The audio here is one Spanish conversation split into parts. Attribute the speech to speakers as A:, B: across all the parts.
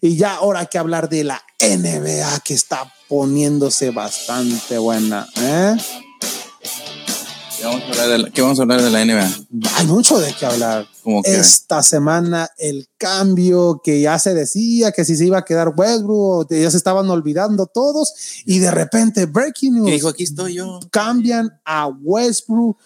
A: Y ya ahora hay que hablar de la NBA que está poniéndose bastante buena. ¿eh?
B: ¿Qué vamos, a hablar de la, qué vamos a hablar de la NBA?
A: Hay mucho de qué hablar.
B: Como que
A: Esta semana el cambio que ya se decía que si se iba a quedar Westbrook, ya se estaban olvidando todos y de repente breaking news
B: que dijo, aquí estoy yo.
A: cambian a Westbrook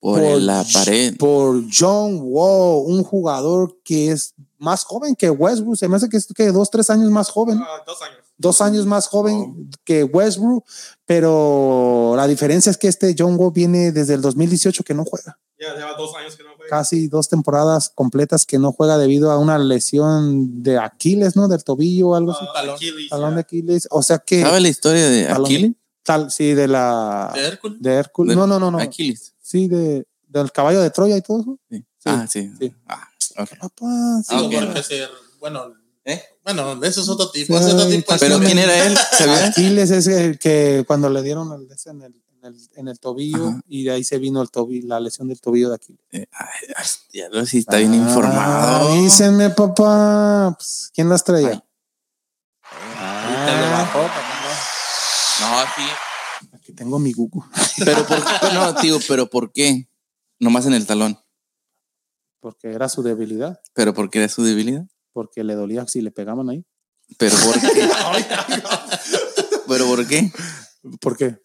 B: Por, la pared.
A: por John Wall, un jugador que es más joven que Westbrook, se me hace que es que dos, tres años más joven,
C: Ah, dos años.
A: dos años más joven que Westbrook, pero la diferencia es que este John Wall viene desde el 2018 que no juega,
C: Ya lleva dos años que no juega.
A: casi dos temporadas completas que no juega debido a una lesión de Aquiles, ¿no? Del tobillo o algo así,
C: Ah,
B: Talón.
C: Aquiles,
A: talón
C: ya.
A: de Aquiles, o sea que...
B: ¿Sabe la historia de
A: talón de-
B: Aquiles?
A: Tal, sí, de la...
C: ¿De Hércules?
A: De Hércules.
B: De-
A: No, no, no, no.
B: Aquiles.
A: Sí, de, del caballo de Troya y todo eso.
B: Sí.
A: Sí.
B: Ah, sí.
A: Sí.
B: Ah, ok.
A: Papá, sí.
C: Sí,
B: Ah, ok.
C: porque ser- bueno,
B: ¿Eh?
C: bueno, eso es otro tipo.
A: Ay,
C: es otro tipo de
B: Pero
C: historia.
B: ¿quién era él? ¿Sabías?
A: Aquiles es el que cuando le dieron el, ese en, el, en, el, en el tobillo
B: Ajá.
A: y de ahí se vino el tobillo, la lesión del tobillo de Aquiles.
B: Eh, ay, ay, Ya lo sí está bien informado.
A: Ah, Avísenme, papá. Pues, ¿Quién las traía? Ah,
B: Ahorita lo bajó, No, sí.
A: Aquí tengo mi Google.
B: Pero por qué, no, tío, pero ¿por qué? Nomás en el talón.
A: Porque era su debilidad.
B: ¿Pero por qué era su debilidad?
A: Porque le dolía si le pegaban ahí.
B: ¿Pero por qué? ¿Pero por qué?
A: ¿Por qué?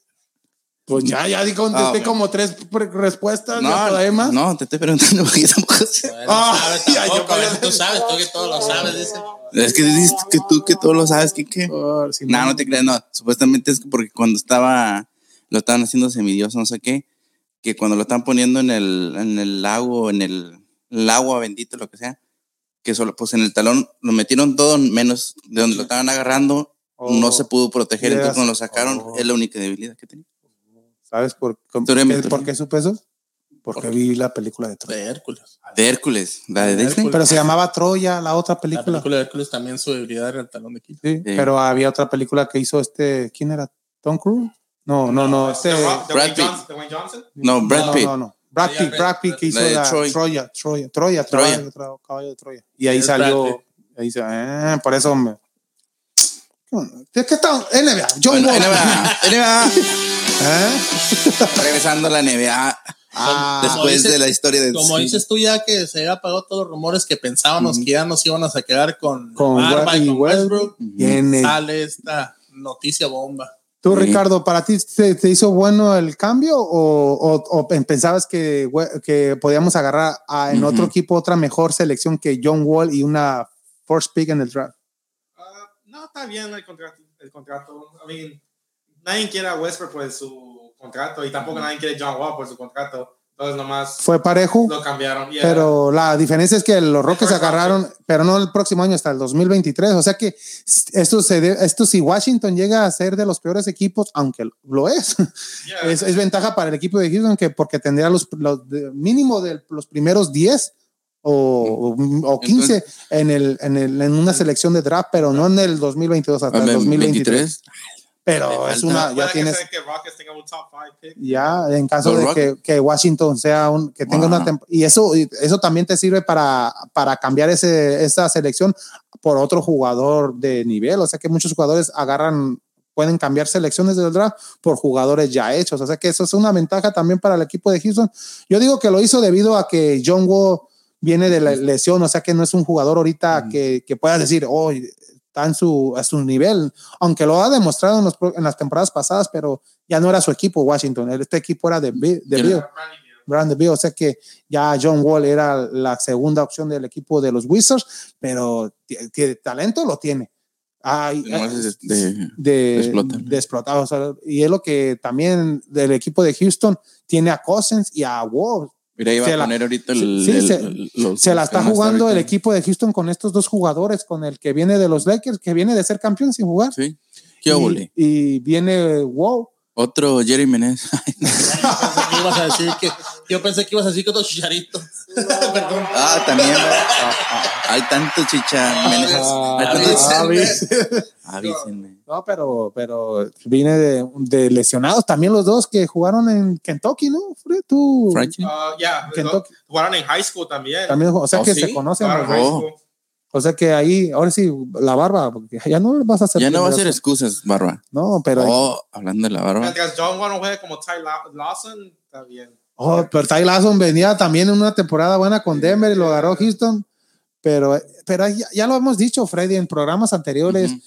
A: Pues ya, ya di-
B: Ah,
A: contesté
B: bueno.
A: como tres pre- respuestas. No,
B: No,
A: más.
B: no, te estoy preguntando porque tampoco sé.
C: Bueno,
A: Ah,
C: sabes
A: ya, yo
C: tampoco,
A: creo-
C: eh, tú sabes, tú que todo lo sabes, dice.
B: Es que dices que tú que todo lo sabes, que qué.
A: Por si
B: No, no te creas, no. Supuestamente es porque cuando estaba, lo estaban haciendo semidios, no sé qué, que cuando lo estaban poniendo en el, en el lago, en el, el agua bendito, lo que sea, que solo, pues en el talón lo metieron todo, menos de donde lo estaban agarrando,
A: Oh.
B: no se pudo proteger,
A: Yes.
B: entonces cuando lo sacaron,
A: Oh.
B: es la única debilidad que tenía.
A: ¿Sabes por, con-
B: Teoría
A: qué-
B: mitológica.
A: por qué supe eso? Porque vi la película de Troya.
C: De Hércules.
B: De Hércules, la de Disney.
A: Pero se llamaba Troya, la otra
C: La
A: película.
C: película de Hércules también su debilidad era el talón de Aquiles.
A: Sí, Pero había otra película que hizo este. ¿Quién era? ¿Tom Cruise? No, no, no. este,
C: The Rock, The Wayne
B: Brad Pitt.
C: Johnson, The Wayne Johnson.
B: No,
A: no,
B: Brad Pitt.
A: No, no, no. Brad
C: Sí,
A: Pitt,
C: Brad-
A: Brad Pitt que hizo
B: la de
A: la
B: Troy.
A: Troya, Troya, Troya,
B: Troya.
A: Troya, tra- caballo de Troya. Y ahí
C: Es Brad
A: salió. Ahí se, eh, por eso. Me, ¿Qué qué tal? NBA. John
B: Bueno,
A: Wall.
B: NBA, NBA,
A: ¿Eh?
B: regresando a la NBA,
A: Ah,
C: Como
B: después
C: dices-
B: de la historia del
C: Como dices tú ya que se había apagado todos los rumores que pensábamos que ya nos íbamos a quedar con,
A: con
C: Barba
A: Wade
C: y
A: y
C: con
A: Westbrook.
C: Westbrook,
A: Viene
C: sale esta noticia bomba.
A: Tú,
B: Sí.
A: Ricardo, ¿para ti te, te hizo bueno el cambio o, o- o pen- pensabas que, we- que podíamos agarrar a, en
B: Ujú.
A: otro equipo otra mejor selección que John Wall y una first pick en el draft?
C: Ah, no, está bien el contrato. El contrato. I mean, nadie quiere a Westbrook por su contrato y tampoco nadie quiere a John Wall por su contrato. Entonces nomás
A: Fue parejo,
C: lo cambiaron. Yeah.
A: pero la diferencia es que los Rockets
C: Mejor
A: agarraron, pero no el próximo año, hasta el 2023. O sea que s- esto, se de- esto si Washington llega a ser de los peores equipos, aunque lo- lo es,
C: Yeah.
A: es, es ventaja para el equipo de Houston que porque tendría los, los de- mínimo de los primeros 10 o, o, o 15 en, el, en, el, en una selección de draft, pero no en el 2022 hasta el 2023.
B: 2023.
A: Pero
B: Me
A: es
B: falta.
A: una,
C: Puede
A: ya
C: que
A: tienes,
C: sea que Rockets tenga un top five pick.
A: ya en caso de
B: Los
A: que, que Washington sea un, que tenga una
B: Wow.
A: temporada, y eso, y eso también te sirve para, para cambiar ese, esa selección por otro jugador de nivel. O sea que muchos jugadores agarran, pueden cambiar selecciones del draft por jugadores ya hechos. O sea que eso es una ventaja también para el equipo de Houston. Yo digo que lo hizo debido a que John Wall viene de la lesión, o sea que no es un jugador ahorita que, que puedas decir, oh, está en su, a su nivel, aunque lo ha demostrado en, los pro- en las temporadas pasadas, pero ya no era su equipo Washington, este equipo era de, Bi- de
B: Yo-
A: Bill. Brand Bill, o sea que ya John Wall era la segunda opción del equipo de los Wizards, pero t- t- talento lo tiene. Ay,
B: Nomás
A: eh,
B: es este-
A: de,
B: explotar.
A: de explotar, o sea, y es lo que también del equipo de Houston tiene a Cousins y a Wall.
B: Mira, iba
A: Se
B: a
A: la-
B: poner ahorita
A: sí,
B: el,
A: sí,
B: el-
A: se-
B: el- los-
A: Se la
B: los
A: está
B: que más
A: jugando el
B: ahorita.
A: equipo de Houston con estos dos jugadores, con el que viene de los Lakers, que viene de ser campeón sin jugar.
B: Sí. ¿Qué
A: y,
B: óvole?
A: y viene Wall.
B: Otro Jerry Menez.
C: Pensé que ibas a decir que- yo pensé que ibas a decir que otro chicharito. Perdón.
B: ah, también. ¿verdad? Hay tanto chicha Ah, Menez. Hay
A: Ah,
B: tanto
C: Avísenme.
A: ah, ¿ves?
B: Avísenme.
A: No, pero, pero viene de, de lesionados también los dos que jugaron en Kentucky, ¿no? Fred, tú.
B: Franchi.
C: Ah, ya,
A: Kentucky.
C: jugaron en high school también.
A: También, o sea
B: ¿Oh,
A: que
B: sí?
A: se conocen.
C: Jugaron en
A: los dos.
C: high
B: Oh.
C: school.
A: O sea que ahí, ahora sí, la barba, porque ya no vas a hacer.
B: Ya no va a ser
A: primeros-
B: excusas, barba.
A: No, pero. Oh,
B: Oh, hablando de la barba.
C: Mientras John Wall no juegue como Ty Law- Lawson, está bien.
A: Oh, pero Ty Lawson venía también en una temporada buena con Denver y lo agarró Houston. Pero, pero ahí ya, ya lo hemos dicho, Freddy, en programas anteriores,
B: Ujú.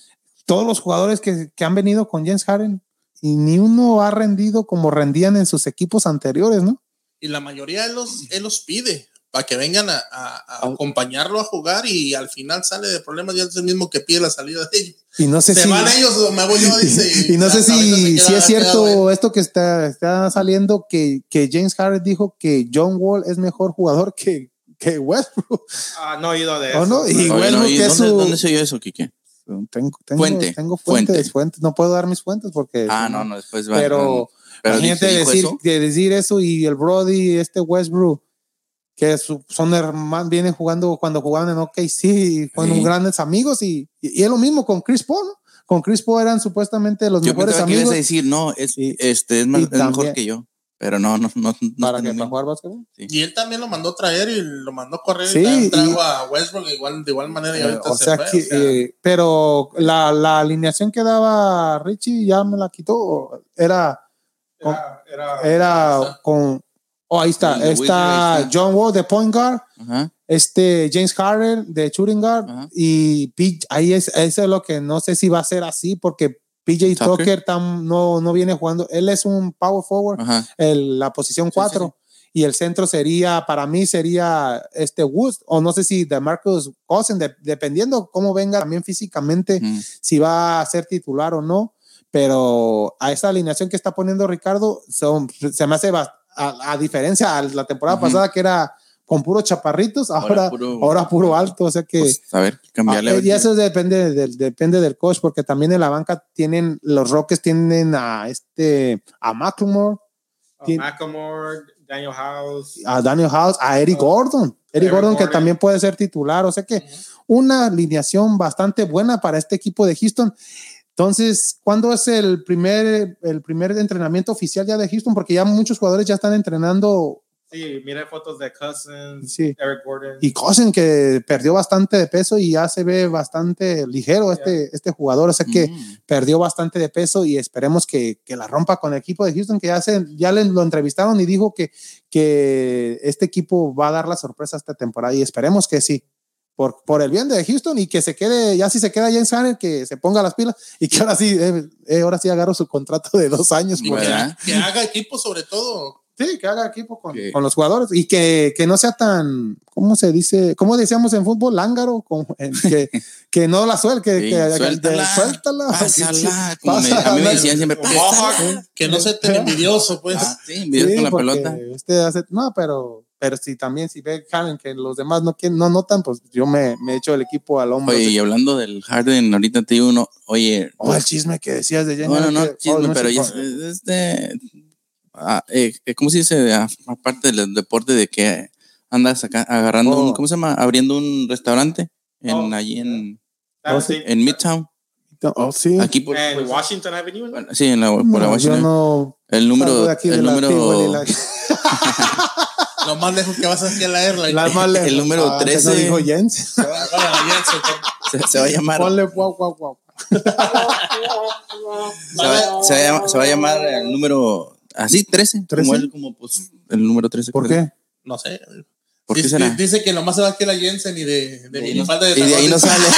A: todos los jugadores que, que han venido con James Harden y ni uno ha rendido como rendían en sus equipos anteriores, ¿no?
D: Y la mayoría de los, él los pide para que vengan a,
A: Ah.
D: a- a acompañarlo a jugar y al final sale de problemas y es el mismo que pide la salida de ellos.
A: Y no sé
D: se
A: si.
D: van ellos o me voy yo, dice.
A: Y no sé
D: hasta ahorita
A: si,
D: se
A: si es
D: queda- queda, güey.
A: cierto esto que está, está saliendo, que, que James Harden dijo que John Wall es mejor jugador que, que Westbrook.
C: Ah, no he oído de
A: ¿O
C: eso.
A: Oh, no? Y-
B: Oye,
A: Igual
B: no,
A: no
B: ¿y
A: que
B: ¿Dónde,
A: su-
B: ¿Dónde se oyó eso, Kike?
A: Tengo, tengo-
B: Fuente,
A: tengo
B: fuente.
A: fuentes, fuentes. No puedo dar mis fuentes porque...
B: Ah, no, no, después va.
A: Pero,
B: pero
A: la gente
B: dice- dijo
A: decir,
B: eso.
A: de decir eso y el Brody, este Westbrook, que su- son hermanos, vienen jugando cuando jugaban en OKC, fueron
B: Sí.
A: grandes amigos y, y, y es lo mismo con Chris Paul, ¿no? Con Chris Paul eran supuestamente los
B: Yo
A: mejores
B: pensaba que ibas
A: amigos
B: a decir, no, es,
A: Sí.
B: este, es, más-
A: Y
B: es mejor
A: también-
B: que yo. Pero no, no, no. no
A: para,
B: no,
A: que,
B: no.
A: para jugar básquetbol.
D: Y él también lo mandó a traer y lo mandó a correr.
A: Sí,
D: y también trajo
A: y-
D: a Westbrook igual, de igual manera. Y
A: Eh,
D: ahorita
A: o
D: se
A: sea
D: fue,
A: que,
D: o sea,
A: eh, pero la, la alineación que daba Richie ya me la quitó. Era,
C: Era, era-
A: era con. Oh, ahí
B: Sí,
A: está.
B: de Wizard,
A: Está
B: ahí está.
A: John Wall de point guard,
B: Ajá.
A: este James Harden de shooting guard
B: Ajá.
A: y P- ahí es eso es lo que no sé si va a ser así porque PJ
B: Tucker.
A: Tucker tam- no no viene jugando. Él es un power forward,
B: Ajá.
A: el- la posición
B: Ah. sí,
A: 4 y el centro sería para mí sería este Woods o no sé si de Marcus Cousins de- dependiendo cómo venga también físicamente
B: Mm.
A: si va a ser titular o no, pero a esa alineación que está poniendo Ricardo son, se me hace bas- a, a diferencia a la temporada
B: Ujú.
A: pasada que era con puros chaparritos, ahora,
B: Ahora
A: ahora,
B: puro-
A: puro, alto, o sea que
B: Pues, a ver, cambiarle. a
A: Ah,
B: ver
A: y
B: qué-
A: eso depende del, depende del coach, porque también en la banca tienen, los Rockets tienen a este, a McLemore,
C: ah,
A: ¿quién?
C: Macklemore, Daniel House.
A: a Daniel House, a Eric
C: Ah,
A: Gordon, Eric
C: Eric
A: Gordon que
C: Gordon.
A: también puede ser titular, o sea que
D: ujú.
A: una alineación bastante buena para este equipo de Houston. Entonces, ¿cuándo es el primer, el primer entrenamiento oficial ya de Houston? Porque ya muchos jugadores ya están entrenando
C: Sí, miré fotos de Cousins,
A: Sí.
C: Eric Gordon.
A: y Cosen que perdió bastante de peso y ya se ve bastante ligero este, este jugador. O sea que
B: Mm.
A: perdió bastante de peso y esperemos que, que la rompa con el equipo de Houston, que ya, se, ya le- lo entrevistaron y dijo que, que este equipo va a dar la sorpresa esta temporada y esperemos que sí, por, por el bien de Houston y que se quede, ya si se queda James Harden, que se ponga las pilas y que ahora sí, eh, eh, ahora sí agarro su contrato de dos años.
D: Y
A: porque-
D: que,
B: ¿Verdad?
D: que haga equipo sobre todo.
A: sí, que haga equipo con,
B: Sí.
A: con los jugadores y que, que no sea tan, ¿cómo se dice? ¿Cómo decíamos en fútbol? Lángaro, como en que, que no la suel, que, que-
B: Sí,
A: que-
B: suéltala,
A: suéltala.
B: Pásala. Como me- a
A: Pásala.
B: mí me decían siempre,
C: Como
B: pásala.
C: Mohawk.
D: Que no sea tan envidioso, pues.
B: Ah, sí, videos
A: Sí,
B: con la
A: porque
B: pelota.
A: Usted hace, no, pero, pero si también si ve Harden que los demás no, quieren- no notan, pues yo me, me echo el equipo al hombro.
B: Oye, y hablando del Harden, ahorita te digo uno, oye,
A: Oh, el chisme que decías de James
B: no, no,
A: Harden,
B: no,
A: que-
B: chisme,
A: oh, no
B: pero
A: sé
B: ya,
A: cómo-
B: este, ah, eh, eh, ¿cómo se dice? A- Aparte del deporte de que andas acá agarrando
A: Oh.
B: un, ¿cómo se llama? Abriendo un restaurante en,
C: Oh.
B: allí en,
C: That was it.
B: en Midtown,
A: Oh, sí.
B: aquí por,
C: En Washington Avenue. ¿no?
B: bueno, sí, en la, por
A: No,
B: la
A: yo
B: Washington,
A: no
B: el número,
A: salgo de aquí de
B: el
A: la Tivoli,
B: número,
A: la-
D: Lo más lejos que vas hacia la airline.
A: la más lejos.
B: el número
A: Ah, que no
B: 13.
A: dijo Jens.
D: Bueno, ya, se-
B: se, se va a llamar,
A: Ponle guau, guau, guau.
B: se va, se va a llamar, se va a llamar el número, así, 13, como
A: 13.
B: él, como pues, el número 13.
A: ¿Por
B: creo.
A: qué?
D: No sé.
B: ¿Por qué
D: dice,
B: será?
D: dice que nomás se va aquí la Jensen y de, de,
B: Y, no-
D: minifalda de
B: y de ahí no
D: San Juan.
B: sale.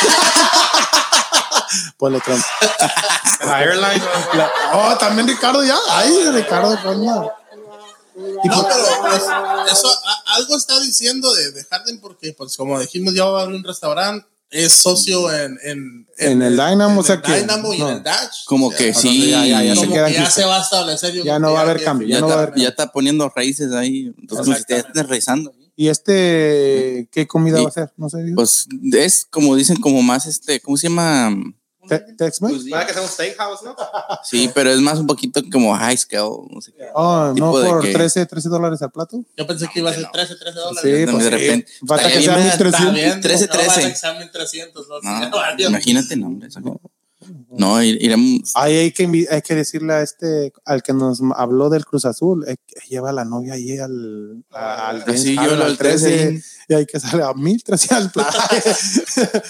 A: Ponle Trump.
C: La airline. ¿no?
A: La- oh, también Ricardo ya. Ay, Ricardo, coño. Y
D: No,
A: por-
D: pero pues, eso, a- algo está diciendo de, de Harden porque, pues, como dijimos, ya va a abrir un restaurante, es socio en, en,
A: En el Dynamo,
D: en
A: o sea
D: el
A: que-
D: Dynamo y
A: no.
D: en el Dash.
B: Como
D: O sea,
B: que
A: no,
B: sí.
A: ya, ya, ya
D: como
A: se
D: que
A: queda
D: ya
A: aquí.
D: se va a establecer. yo
A: Ya
D: creo
A: no
D: que
A: va a haber cambio,
B: ya,
A: Ya no va a
B: está,
A: haber-
B: ya está poniendo raíces ahí. Entonces, como si te estás rezando.
A: ¿Y este qué comida va a ser? No sé. dijo.
B: Pues es como dicen, como más este, ¿cómo se llama?
A: Te- Tex-Mex.
B: Pues,
C: ¿Verdad que sea un steakhouse, no?
B: sí, pero es más un poquito como high scale. No sé qué.
A: Oh, no
B: tipo de
A: por
B: que-
A: 13, 13 dólares al plato.
D: Yo pensé que iba a ser 13, 13 dólares.
A: Sí,
B: de
A: pues,
B: repente.
A: sí. Falta
B: Está
A: que
B: bien,
A: sea
B: ¿verdad?
A: 1300.
D: Está bien,
B: 13,
D: no va a
B: 13.
D: ser 1300, no,
B: No,
D: sí, valió.
B: imagínate, no, hombre. eso que- No, ir- iremos.
A: Ay, hay, que, invi- hay que decirle a este, al que nos habló del Cruz Azul, eh, que lleva a la novia ahí al, a- al, James
B: Así yo
A: Harden,
B: lo al 13.
A: y hay que salir a 1300 al plan.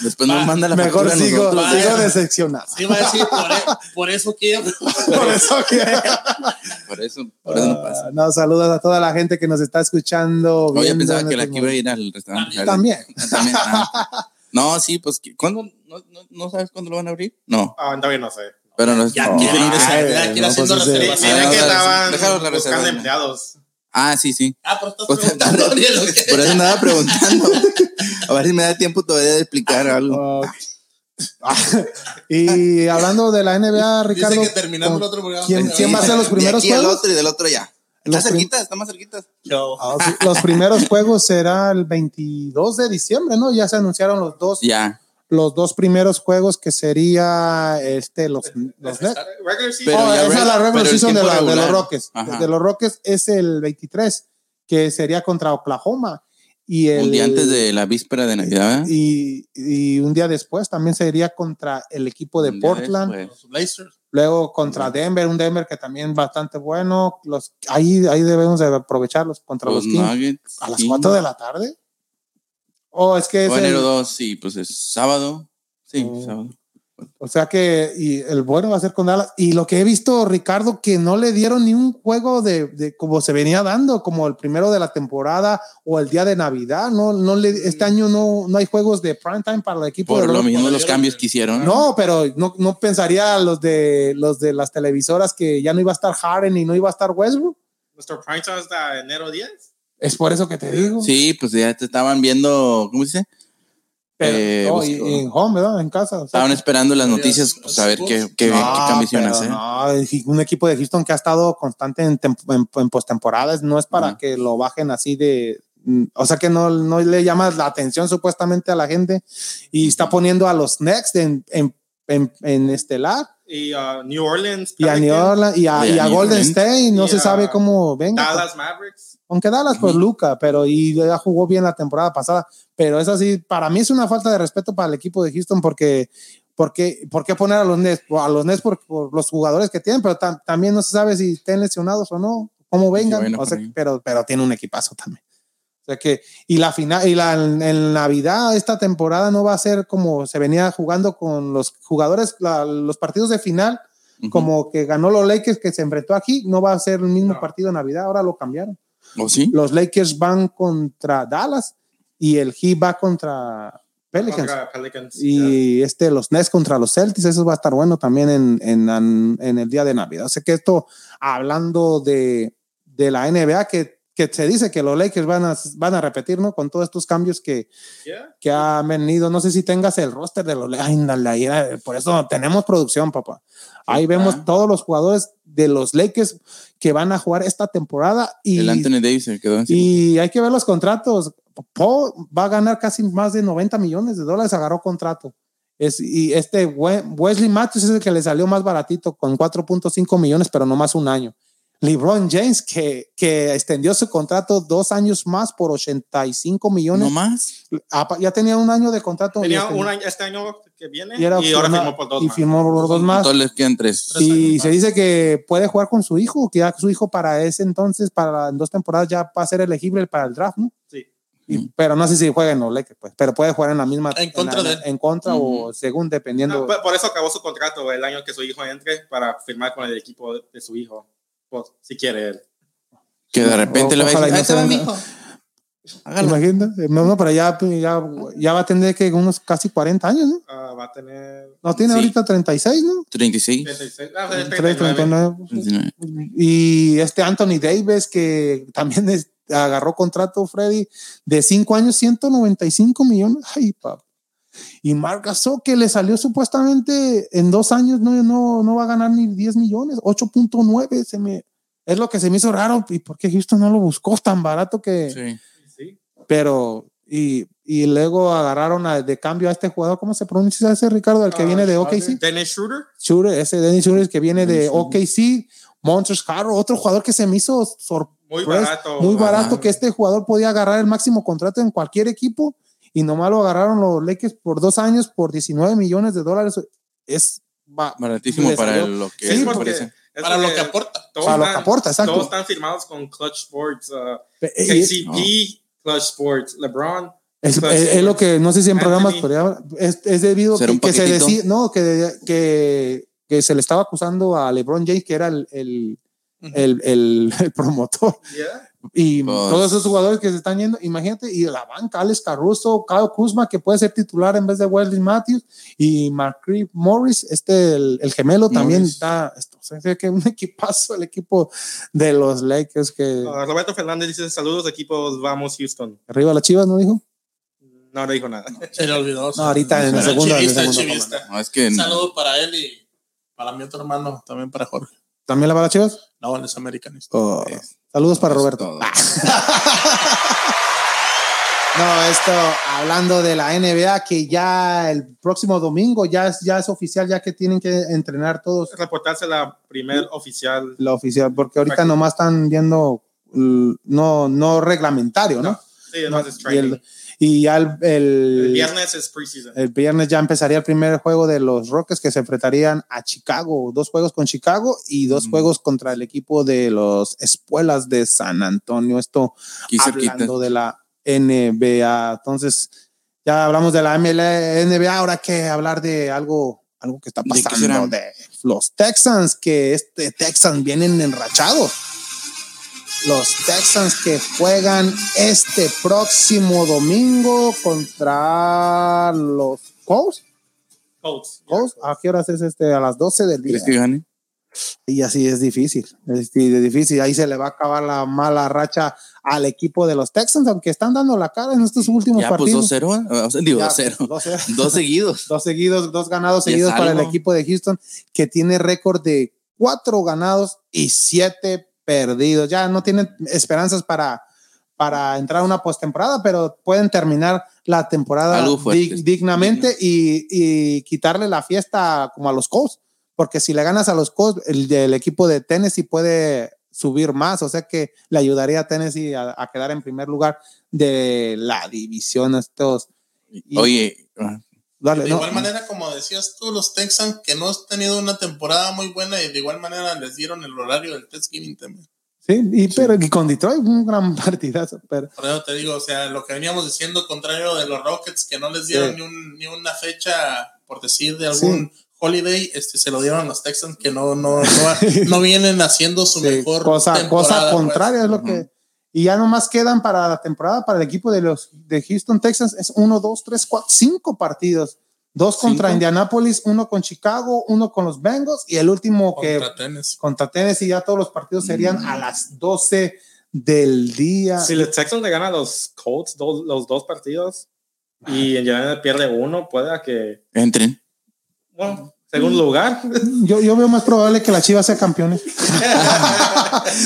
B: Después nos manda la
A: Mejor
B: factura a
A: sigo,
B: nosotros.
D: Va.
A: sigo decepcionado.
D: Sí, va a decir, por, e- por eso quiero. pues,
A: Por eso que-
B: Por eso, por eso no
A: Ah,
B: pasa.
A: no, saludos a toda la gente que nos está escuchando.
B: No, yo
A: viendo
B: pensaba
A: en
B: que la
A: este
B: que iba a ir al restaurante.
A: momento. También.
B: También, ah. No, sí, pues, ¿qué- ¿cuándo? ¿No, no, no sabes cuándo lo van a abrir? No,
C: Ah, todavía no sé.
B: pero no.
D: Ya
B: no.
D: quiere ir
A: ay,
D: esa- ya
A: no,
D: quiere haciendo
A: pues, ese-
C: Mira
B: Ah, no,
C: que
B: no,
D: reservaciones.
C: estaban
B: déjalo la
C: buscando
B: reserva.
C: empleados.
B: Ah, sí, sí.
D: Ah, pero estás
B: Pues,
D: preguntando. Ariel, ¿o qué?
B: Por eso andaba preguntando. A ver si me da tiempo todavía de explicar algo.
A: Ah, y hablando de la NBA, Ricardo,
D: Dice que terminamos el
A: con-
D: otro programa.
A: ¿quién-
D: Venga,
A: quién va a
D: venga.
A: ser los primeros
B: Este, De aquí al
A: juegos?
B: otro y del otro ya. Está
A: Los prim-
B: cerquita, está más cerquita.
D: Yo.
A: ah, sí, los primeros juegos será el 22 de diciembre, ¿no? Ya se anunciaron los dos,
B: Ya.
A: los dos primeros juegos que sería este los, los Nets.
C: Regular season.
B: Pero
A: Oh,
B: ya
A: esa es
B: reg-
A: la regular
B: pero el
A: season de,
B: tiempo
A: la- de los
B: regular.
A: Rockets.
B: Ajá.
A: De los Rockets es el 23, que sería contra Oklahoma. Y el,
B: Un día antes de la víspera de Navidad. ¿eh?
A: y, y un día después también sería contra el equipo de
B: Un día
A: Portland,
B: después.
D: Los Blazers.
A: luego contra Denver, un Denver que también bastante bueno. Los, ahí, ahí debemos de aprovecharlos contra los,
B: Los
A: Kings.
B: Nuggets.
A: A las 4 de la tarde. O es que es el-
B: Enero 2, sí, pues es sábado. Sí,
A: Oh.
B: sábado.
A: o sea que y el bueno va a ser con Dallas. Y lo que he visto, Ricardo, que no le dieron ni un juego de, de como se venía dando, como el primero de la temporada o el día de Navidad. No, no le, este año no, no hay juegos de prime time para el equipo. de
B: Por
A: los
B: lo mismo los
D: dieron-
B: cambios que hicieron.
A: No, pero no, no pensaría los de los de las televisoras que ya no iba a estar Harden y no iba a estar Westbrook.
C: Nuestro prime time hasta enero 10.
A: Es por eso que te digo.
B: Sí, pues ya te estaban viendo, ¿cómo se dice?
A: Pero-
B: eh,
A: oh, y-
B: busco.
A: y en home, ¿verdad? En casa. o sea,
B: Estaban esperando las
D: Los-
B: noticias, pues a ver
D: los-
B: qué, qué, qué cambios iban a
A: pero
B: hacer.
A: no, el- un equipo de Houston que ha estado constante en, temp- en, en postemporadas no es para
B: Ajá.
A: que lo bajen así de. mm, O sea que no, no le llamas la atención supuestamente a la gente y está poniendo a los Next en, en, en, en estelar
C: Y uh, New Orleans.
A: y a New
C: Pelicans,
A: Orleans y a,
B: Y a
A: y a
B: New
A: Golden
B: Orleans.
A: State y no
C: Y
A: se
C: a
A: sabe cómo venga.
C: Dallas Mavericks.
A: Aunque Dallas, pues Luca, pero y ya jugó bien la temporada pasada. Pero es así, para mí es una falta de respeto para el equipo de Houston porque, porque ¿por qué poner a los Nets? A los Nets por, por los jugadores que tienen, pero tam- también no se sabe si estén lesionados o no, cómo vengan.
B: Pues bueno,
A: o sea,
B: por ahí.
A: pero, pero tiene un equipazo también. O sea que, y la final, y la en, Navidad, esta temporada no va a ser como se venía jugando con los jugadores, la- los partidos de final,
B: Ujú.
A: como que ganó los Lakers que se enfrentó aquí, no va a ser el mismo
C: No.
A: partido de Navidad, ahora lo cambiaron
B: ¿O sí?
A: los Lakers van contra Dallas y el Heat va contra Pelicans.
C: Contra Pelicans. yeah.
A: Y este, los Nets contra los Celtics, eso va a estar bueno también en, en, en- en el día de Navidad. Así que esto, hablando de, de la NBA, que, que se dice que los Lakers van a, van a repetir, ¿no? Con todos estos cambios que,
C: Yeah.
A: que han venido. No sé si tengas el roster de los Lakers. Ay, ándale, ahí, eh, por eso tenemos producción, papá. Ahí vemos todos los jugadores de los Lakers que van a jugar esta temporada. Y
B: El Anthony Davis se quedó en
A: y hay que ver los contratos. Paul va a ganar casi más de 90 millones de dólares, agarró contrato. Es, y este We- Wesley Matthews es el que le salió más baratito, con 4.5 millones, pero no más un año. LeBron James, que, que extendió su contrato dos años más por 85
B: ¿No
A: millones.
B: más?
A: Ah, pa- ya tenía un año de contrato. y
C: Tenía
A: extendió.
C: un año, este año que viene.
A: Y
C: Y,
A: era
C: ahora
A: firma-
C: firmó por dos
A: y
C: más.
A: firmó por dos más.
B: Entonces les quedan tres.
D: Tres años
A: Y
D: más.
A: se dice que puede jugar con su hijo, que ya su hijo para ese entonces, para en dos temporadas, ya va a ser elegible para el draft, ¿no?
C: Sí.
A: Y-
B: Mm.
A: pero no sé si juega en los Lakers, pues, pero puede jugar en la misma.
D: En
A: la-
D: contra de Ah, él.
A: en contra o según, dependiendo.
C: No, Ah, por, por eso acabó su contrato el año que su hijo entre para firmar con el equipo de, de su hijo. Pues, si quiere él.
B: Que de repente le va a
A: Ojalá y
B: decir,
A: no
B: ahí te
A: sea-
B: va mi hijo.
A: ¿Te
B: Hágalo.
A: imaginas? Eh, No, no, pero ya, ya, ya va a tener que unos casi 40 años, ¿no?
C: Ah, va a tener
A: No tiene
B: Sí.
A: ahorita 36, ¿no?
B: 36.
C: 36. Ah, va a tener
A: 36,
C: 39.
A: 39. Y este Anthony Davis, que también es- agarró contrato, Freddy, de 5 años, 195 millones. Ay, papá. Y Marc Gasol, que le salió supuestamente en dos años, no, no, no va a ganar ni 10 millones, 8.9. Se me, es lo que se me hizo raro. ¿Y por qué Houston no lo buscó tan barato que.?
B: Sí.
C: Sí.
A: Pero. Y, y luego agarraron a- de cambio a este jugador, ¿cómo se pronuncia ese Ricardo? El que
C: Ah,
A: viene de
C: Schroeder.
A: OKC.
C: Dennis Schroeder.
A: Shooter, ese Dennis Shooter que viene de
B: Dennis
A: OKC, Monsters Harrow, otro jugador que se me hizo sor-
C: Muy
A: Pues,
C: barato. Ah,
A: muy
B: barato.
A: barato, que este jugador podía agarrar el máximo contrato en cualquier equipo y nomás lo agarraron los Lakers por dos años por 19 millones de dólares. Es va-
B: Baratísimo
A: Les
B: para
A: salió.
B: lo que
A: Sí,
B: es,
A: porque-
B: parece.
C: Es
D: para lo
C: porque
D: que aporta.
C: todos
A: para lo que
C: están-
A: aporta, exacto.
C: Todos están firmados con Clutch Sports, uh,
A: Eh, eh,
C: KCP, Clutch Sports, LeBron.
A: Es,
C: Entonces,
A: es- es lo que no sé si en
C: Anthony.
A: programas podría- es, es debido
B: Ser
A: que,
B: un
A: que se
B: paquetito.
A: decía no que, que, que se le estaba acusando a LeBron James que era el, el,
D: Ujú.
A: el- el- el promotor
C: Yeah.
A: y
B: Pues-
A: todos esos jugadores que se están yendo imagínate y la banca Alex Caruso Kyle Kuzma que puede ser titular en vez de Wesley Matthews y Marquise Morris este el, el gemelo también
B: Morris.
A: está esto, o sea, es que un equipazo el equipo de los Lakers que
C: Uh, Roberto Fernández dice: Saludos, equipos, vamos, Houston.
A: arriba las Chivas no dijo
C: No, no dijo nada.
D: Se le olvidó.
A: no ahorita en el
B: Era
A: segundo, en el
D: Chivista,
A: segundo.
D: chivista.
B: No, es que.
D: Un saludo para él y para mi otro hermano, también para Jorge.
A: también la va las Chivas
D: No, él es americanista.
A: Oh,
B: Es-
A: saludos para
B: es
A: Roberto. Ah,
B: todo.
A: No, esto hablando de la NBA que ya el próximo domingo ya es, ya es oficial, ya que tienen que entrenar todos
C: Reportarse la primer oficial.
A: la oficial, porque ahorita
C: Práctica.
A: nomás están viendo mm, no no reglamentario, ¿no?
C: Sí, es
A: No,
C: más es
A: y,
C: training.
A: el, eh, y ya el, el-
C: El viernes es preseason.
A: el viernes ya empezaría el primer juego de los Rockets que se enfrentarían a Chicago, dos juegos con Chicago y dos
B: Mm.
A: juegos contra el equipo de los Espuelas de San Antonio. Esto
B: Aquí cerquita.
A: hablando de la NBA. Entonces, ya hablamos de la ML, NBA, ahora hay que hablar de algo, algo que está
B: ¿De qué
A: pasando
B: será?
A: de los Texans, que este Texans vienen enrachados. Los Texans que juegan este próximo domingo contra los Colts.
C: Colts.
A: Colts. ¿A qué horas es este? A las 12 del día.
B: ¿Crees que gane?
A: Y así es difícil, es di- es difícil. Ahí se le va a acabar la mala racha al equipo de los Texans, aunque están dando la cara en estos últimos
B: Ya, pues
A: partidos.
B: 2-0. ah, o sea, Digo,
A: Ya,
B: 2-0.
A: dos cero.
B: Dos seguidos.
A: Dos seguidos, dos ganados
B: Y es
A: seguidos para el
B: algo.
A: equipo de Houston, que tiene récord de cuatro ganados y siete perdidos. Ya no tienen esperanzas para, para entrar a una postemporada, pero pueden terminar la temporada
B: Algo fuerte.
A: dig- dignamente y, y quitarle la fiesta como a los Colts, porque si le ganas a los Colts, el, el equipo de Tennessee puede subir más, o sea que le ayudaría a Tennessee a, a quedar en primer lugar de la división estos. Y-
B: Oye, ah,
A: dale,
D: De
A: no.
D: igual manera, como decías tú, los Texans que no han tenido una temporada muy buena y de igual manera les dieron el horario del Thanksgiving también.
A: Sí, y, pero y con Detroit un gran partidazo, pero
D: Por eso te digo, o sea, lo que veníamos diciendo, contrario de los Rockets, que no les dieron
A: Sí.
D: ni, un- ni una fecha, por decir, de algún holiday, este, se lo dieron a los Texans que no, no, no, no vienen haciendo su
A: sí,
D: mejor
A: cosa, cosa
D: temporada, pues.
A: contraria es lo
B: Ujú.
A: que... Y ya nomás quedan para la temporada, para el equipo de los de Houston, Texas, es uno, dos, tres, cuatro, cinco partidos. Dos contra
B: Cinco.
A: Indianapolis, uno con Chicago, uno con los Bengals y el último que
D: Contra Tennessee.
A: contra Tennessee. Ya todos los partidos serían
B: Mm.
A: a las 12 del día.
C: Si los Texans le ganan a los Colts dos- los dos partidos
A: Ah.
C: y en general pierde uno, pueda que.
B: entren.
A: Mm.
C: Bueno, segundo lugar.
A: Yo, yo veo más probable que las Chivas sea campeones.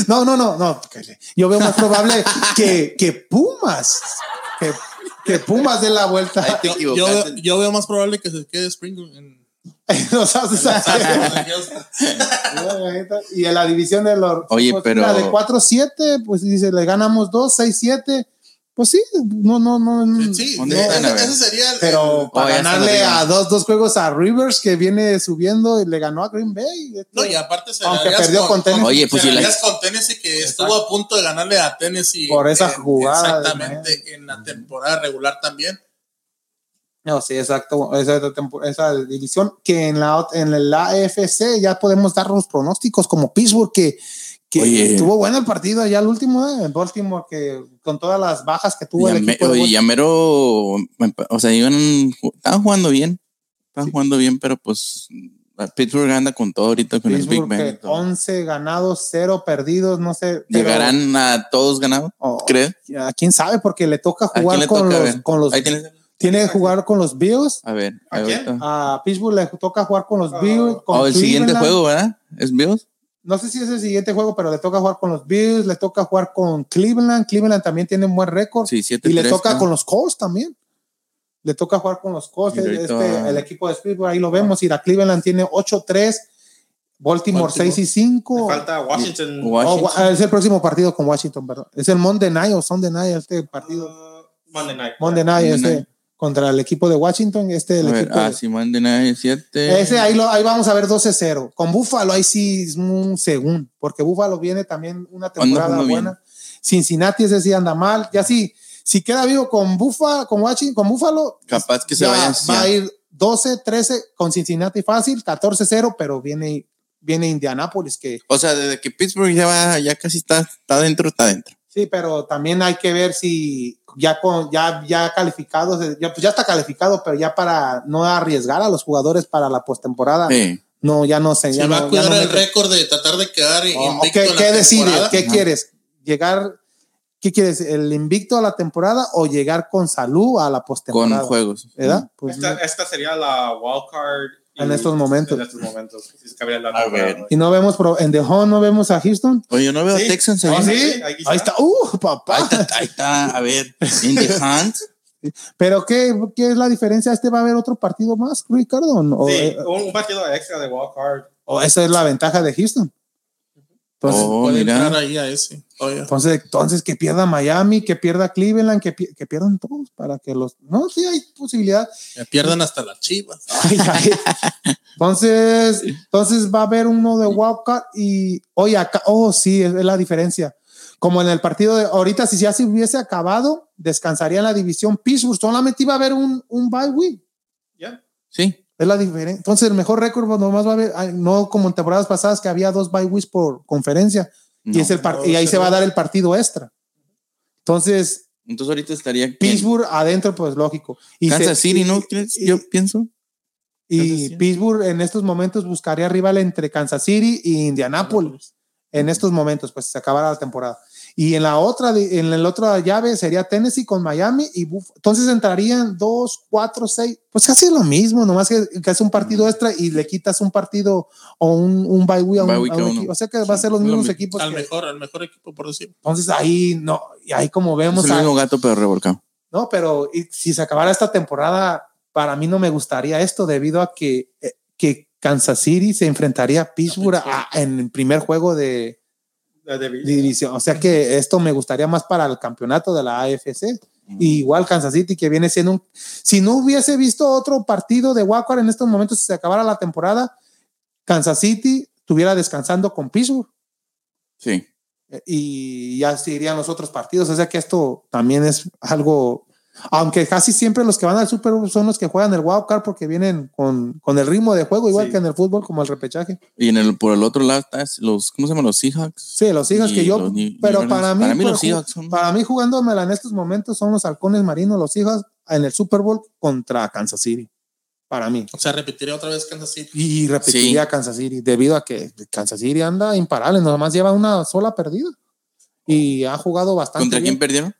A: no, no, no, no. Yo veo más probable que, que Pumas. Que, que Pumas dé la
B: Ahí
A: vuelta.
B: te
D: Yo, yo,
B: equivocaste.
D: yo veo más probable que se quede Spring en,
A: Nos hace saber. y en la división de los.
B: Oye,
A: pues,
B: pero-
A: La de 4-7, pues dice, le ganamos 2, 6-7. Pues sí, no, no, no. no.
D: Sí,
B: ¿Dónde
D: no,
B: están, a ver?
D: ese sería el-
A: Mm. Pero para
B: ya están
A: ganarle
B: arriba.
A: a dos, dos juegos a Rivers que viene subiendo y le ganó a Green Bay.
D: No, y aparte se
A: Aunque
D: la harías
A: perdió con Tennessee.
B: Oye, pues
D: se
B: si
D: la
B: la-
D: harías con Tennessee que estuvo a punto de ganarle a Tennessee.
A: Por esa
D: en-
A: jugada,
D: Exactamente, en la temporada regular también.
A: No, sí, exacto. Esa, tempo- esa división que en la, ot- en la AFC ya podemos dar los pronósticos como Pittsburgh que, que
B: Oye.
A: estuvo bueno el partido allá el último, ¿eh? en Baltimore que con todas las bajas que tuvo
B: Ya
A: el
B: me-
A: equipo. de
B: oye,
A: Baltimore.
B: ya mero, o sea, iban, estaban jugando bien, estaban jugando bien, pero pues Pittsburgh anda con todo ahorita con el
A: Pittsburgh
B: Big Ben.
A: que 11 ganados, 0 perdidos, no sé. pero-
B: Llegarán a todos ganados,
A: o-
B: creo.
A: a quién sabe porque le toca
B: quién
A: jugar
B: le
A: con
B: toca? A
A: los
B: ver.
A: con los
B: Ahí tienes,
A: tiene que jugar con los Bills.
B: a ver,
C: ¿A quién?
B: ahorita.
A: Pues, A Pittsburgh le toca jugar con los
C: Ah.
A: Bills. con
B: Oh, el siguiente
A: Cleveland.
B: juego, ¿verdad? ¿Es Bills?
A: no sé si es el siguiente juego, pero le toca jugar con los Bills, le toca jugar con Cleveland. Cleveland también tiene un buen récord.
B: Sí, 7
A: y le toca con los Colts también. Le toca jugar con los Colts.
B: Y ahorita-
A: este, el equipo de Pittsburgh, ahí lo vemos. Y la Cleveland tiene 8-3, Baltimore
B: Baltimore.
A: 6 y 5.
C: Le falta Washington.
B: Wa-
A: Oh,
B: Washington.
A: wa- es el próximo partido con Washington, perdón. Es el Monday Night o Sunday Night este partido.
C: Uh, Monday night.
A: Monday Night,
B: Monday
A: este.
B: Night.
A: contra el equipo de Washington. Este, el
B: A ver,
A: equipo
B: ah,
A: de-
B: sí, Monday Night 7.
A: ese ahí, lo, ahí vamos a ver 12-0. Con Buffalo ahí sí es un según, porque Buffalo viene también una temporada
B: jugando
A: buena. Cincinnati ese sí anda mal. Ya sí, si queda vivo con Buffalo, con Washington, con Buffalo,
B: Capaz que se
A: ya
B: vayan.
A: va a
B: sí.
A: ir 12-13 con Cincinnati fácil, 14-0, pero viene, viene Indianápolis que
B: O sea, desde que Pittsburgh ya, va, ya casi está, está dentro, está dentro.
A: Sí, pero también hay que ver si ya con ya ya calificados, eh, ya, pues ya está calificado, pero ya para no arriesgar a los jugadores para la postemporada,
B: Sí.
A: no ya no sé,
D: Se
A: ya
D: va
A: no-
D: a
A: ya
D: cuidar
A: no
D: el
A: meten-
D: récord de tratar de quedar
A: Oh,
D: invicto
A: ¿Qué,
D: en la
A: qué decides?
D: temporada.
A: ¿Qué
B: Ajá.
A: quieres? Llegar ¿Qué quieres? ¿El invicto a la temporada o llegar con salud a la
B: Con
A: postemporada?
B: juegos.
A: ¿Verdad? Pues,
C: Esta, esta sería la wildcard.
A: En estos momentos.
C: este En estos momentos. Si es que habría la
B: A ver.
C: temporada.
A: y no vemos pro- en The Home no vemos a Houston.
B: Oye, yo no veo
C: Sí.
B: a Texans ahí.
C: Ah,
A: ¿Oh,
C: sí,
A: sí?
C: ahí está.
A: Ahí está. Uh,
B: Ahí
A: papá.
B: está, ahí está, a ver, in the hand.
A: Pero qué, qué es la diferencia? Este va a haber otro partido más, Ricardo, ¿O no?
C: Sí,
A: Eh,
C: un, un partido extra de wildcard.
A: O esa es la ventaja de Houston. Entonces,
B: Oh,
D: Puede
B: mira.
D: entrar ahí a ese. Oye.
A: entonces, entonces que pierda Miami, que pierda Cleveland, que, pi- que pierdan todos para que los. No, sí hay posibilidad.
D: Me pierden hasta las chivas.
A: Ay, ay. Entonces, entonces va a haber uno de Wildcard y oye acá, oh sí, es, es la diferencia. Como en el partido de ahorita, si ya se hubiese acabado, descansaría en la división Pittsburgh. Solamente iba a haber un, un bye week.
C: Ya.
B: Sí,
A: Es la diferencia. Entonces, el mejor récord pues, nomás va a haber, ay, no como en temporadas pasadas que había dos bye weeks por conferencia.
B: no.
A: y, es el par-
D: No,
A: y ahí
D: ese
A: se va a
D: no.
A: dar el partido extra. Entonces,
B: Entonces ahorita estaría aquí en
A: Pittsburgh adentro, pues lógico. Y, se-
B: Kansas City, ¿no? ¿Crees?
A: y-
B: Yo pienso. Kansas
A: y
B: City.
A: Pittsburgh en estos momentos buscaría rival entre Kansas City y Indianápolis. En estos momentos, pues se acabará la temporada. Y en la otra, de- en la otra llave sería Tennessee con Miami y Buff- Entonces entrarían dos, cuatro, seis. Pues hace lo mismo, nomás que, que hace un partido extra y le quitas un partido o un, un bye week a un,
B: Bye week
A: a un
B: a uno.
A: equipo. O sea que va a
B: Sí,
A: ser los
B: lo
A: mismos
B: mismo.
A: equipos.
D: Al
A: que-
D: mejor, al mejor equipo, por decir.
A: entonces ahí no, y ahí como vemos.
B: es el
A: a-
B: mismo gato, pero revolcado.
A: No, pero y si se acabara esta temporada, para mí no me gustaría esto debido a que, eh, que Kansas City se enfrentaría a Pittsburgh a- en el primer juego de
C: De, de-
A: división. O sea que esto me gustaría más para el campeonato de la AFC. Y igual Kansas City que viene siendo un... Si no hubiese visto otro partido de Wildcard en estos momentos, si se acabara la temporada, Kansas City estuviera descansando con Pittsburgh
B: Sí.
A: eh, y ya se irían los otros partidos. O sea que esto también es algo, aunque casi siempre los que van al Super Bowl son los que juegan el wild card porque vienen con, con el ritmo de juego, igual
C: Sí.
A: que en el fútbol, como el repechaje.
B: Y en el, por el otro lado están los, ¿cómo se llaman? Los Seahawks.
A: Sí, los hijos
B: Y
A: que yo,
B: los New-
A: pero
B: New
A: para
B: Orleans.
A: mí,
B: Para mí
A: por
B: los
A: ju-
B: Seahawks son.
A: para mí jugándomela en estos momentos son los halcones marinos, los hijos en el Super Bowl contra Kansas City, para mí.
D: O sea, repetiría otra vez Kansas City.
A: Y repetiría Kansas City, debido a que Kansas City anda imparable, nada más lleva una sola perdida. Y ha jugado bastante.
B: ¿Contra
A: bien.
B: quién perdieron?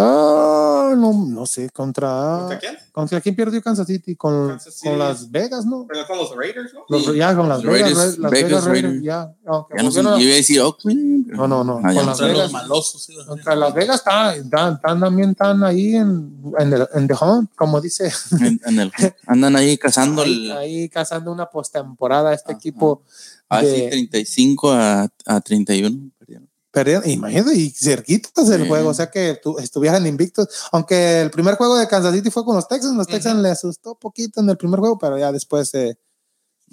A: Ah, no, no sé, contra.
C: ¿Contra
A: ¿Contra,
C: quién?
A: quién perdió Kansas City? Con,
C: Kansas City.
A: con Las Vegas, ¿no?
C: Pero con los Raiders, ¿no?
A: Los- ya con Las
B: Los
A: Vegas,
B: Raiders,
A: Las
B: Vegas
A: Vegas Raiders,
B: Raiders.
A: ya. Aunque
B: Ya no sé,
A: volvieron
B: yo
A: a-
B: iba a decir Oakland. pero-
A: No, no, no,
B: Ah, ya
A: con
B: no
A: Las
B: sé.
D: Contra
A: Vegas.
D: los malosos. sí.
A: contra Las Vegas ah, está- están, están también están ahí en, en, el- en The Hunt, como dice.
B: En- en el- andan ahí cazando
A: Ahí,
B: el.
A: ahí cazando una postemporada este
B: Ajá.
A: equipo.
B: Ah, sí,
A: de-
B: 35 a, a 31. perdieron.
A: Perdieron, eh, imagínate, y cerquitas del
B: Sí.
A: juego, o sea que tu- estuvieran invictos. Aunque el primer juego de Kansas City fue con los Texans, los
D: Ujú.
A: Texans le asustó poquito en el primer juego, pero ya después se,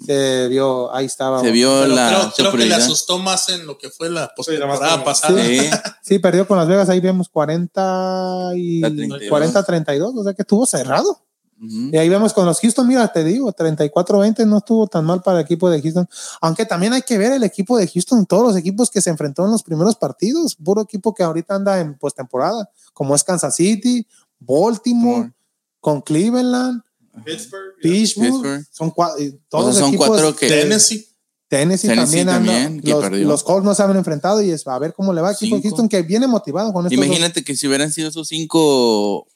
A: se vio, ahí estaba.
B: Se vio
D: Pero
B: la
D: creo, creo que le
B: superioridad.
D: asustó más en lo que fue
C: Sí,
D: la
C: nada
D: postemporada
C: más-
D: pasada.
B: Sí.
A: Sí, perdió con Las Vegas, ahí vemos 40 y
B: La 32.
A: 40-32, o sea que estuvo cerrado.
B: Ujú.
A: Y ahí vemos con los Houston, mira, te digo, 34-20 no estuvo tan mal para el equipo de Houston. Aunque también hay que ver el equipo de Houston, todos los equipos que se enfrentó en los primeros partidos, puro equipo que ahorita anda en postemporada, como es Kansas City, Baltimore,
B: Baltimore.
A: con Cleveland,
C: Pittsburgh. ya.
A: Pittsburgh,
B: Pittsburgh.
A: son cua- eh, todos
B: O sea, son
A: equipos,
B: cuatro que-
D: Tennessee.
A: Tennessee,
B: Tennessee
A: también, anda-
B: también, que
A: los,
B: perdió.
A: los Colts no se han enfrentado y es a ver cómo le va al equipo de
B: Cinco.
A: Houston que viene motivado con estos dos.
B: Imagínate que si hubieran sido esos cinco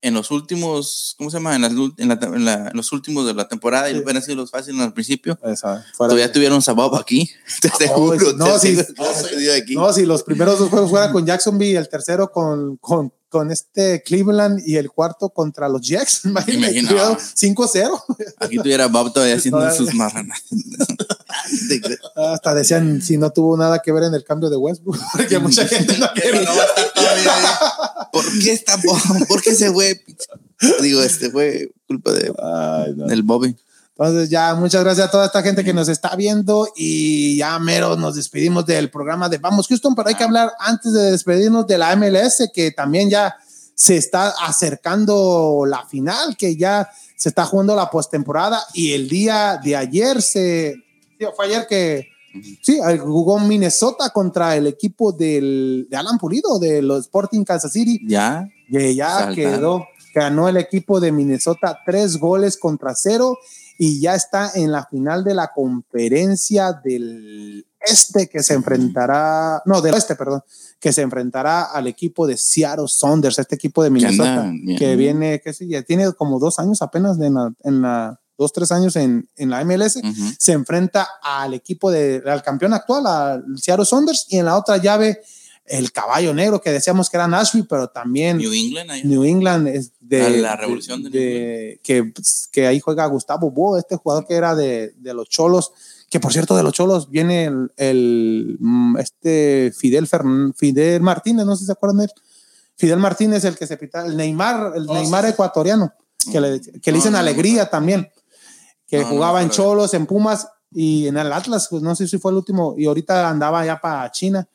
B: en los últimos, ¿cómo se llama? En, las ul- en la- en la- en los últimos de la temporada y
A: Sí.
B: hubieran sido los fáciles al principio,
A: Esa, fuera-
B: todavía tuvieron Sabab aquí. Te aseguro,
A: sí, no,
B: te
A: sí,
B: aseguro que
D: no,
B: hubieran
D: sí.
B: tenido aquí.
A: No, si los primeros dos juegos fueran con Jacksonville, el tercero con, con, con este Cleveland y el cuarto contra los Jets. Imagínate,
B: Imagina.
A: cuidado, 5-0.
B: Aquí tuviera Bob todavía haciendo
A: Todavía.
B: sus marranas.
A: Hasta decían si no tuvo nada que ver en el cambio de Westbrook, porque mucha gente no
D: que
A: quiere.
D: no va a estar todavía ahí.
B: ¿Por qué está Bob? ¿Por qué ese güey? pinche Digo, este fue culpa de,
A: Ay, no.
B: del Bobby.
A: Entonces ya muchas gracias a toda esta gente que nos está viendo y ya mero nos despedimos del programa de Vamos Houston, pero hay que hablar antes de despedirnos de la MLS que también ya se está acercando la final, que ya se está jugando la postemporada y el día de ayer se sí, fue ayer que sí, jugó Minnesota contra el equipo del, de Alan Pulido de los Sporting Kansas City
B: Ya.
A: que ya
B: Saltando.
A: quedó, ganó el equipo de Minnesota tres goles contra cero y ya está en la final de la conferencia del este que se enfrentará, no, del oeste, perdón, que se enfrentará al equipo de Seattle Saunders, este equipo de Minnesota
B: andan bien.
A: que viene, que sí, ya tiene como dos años apenas en la, en la- dos, tres años en, en la MLS
B: Ujú.
A: se enfrenta al equipo de al campeón actual, al Seattle Saunders, y en la otra llave el caballo negro que decíamos que era Nashville, pero también
B: New England allá.
A: New England es de
B: A la revolución de New
A: de- que, pues, que ahí juega Gustavo Bo, este jugador que era de, de los Cholos, que por cierto de los Cholos viene el, el, mm, este Fidel Fern- Fidel Martínez, no sé si se acuerdan de él. Fidel Martínez el que se pita el Neymar, el
D: Oh,
A: Neymar
D: sí.
A: ecuatoriano, que le, que le
B: No,
A: dicen
B: no, no,
A: Alegría también, que
B: No, no,
A: jugaba en
B: pero-
A: Cholos, en Pumas y en el Atlas, pues, no sé si fue el último y ahorita andaba ya para China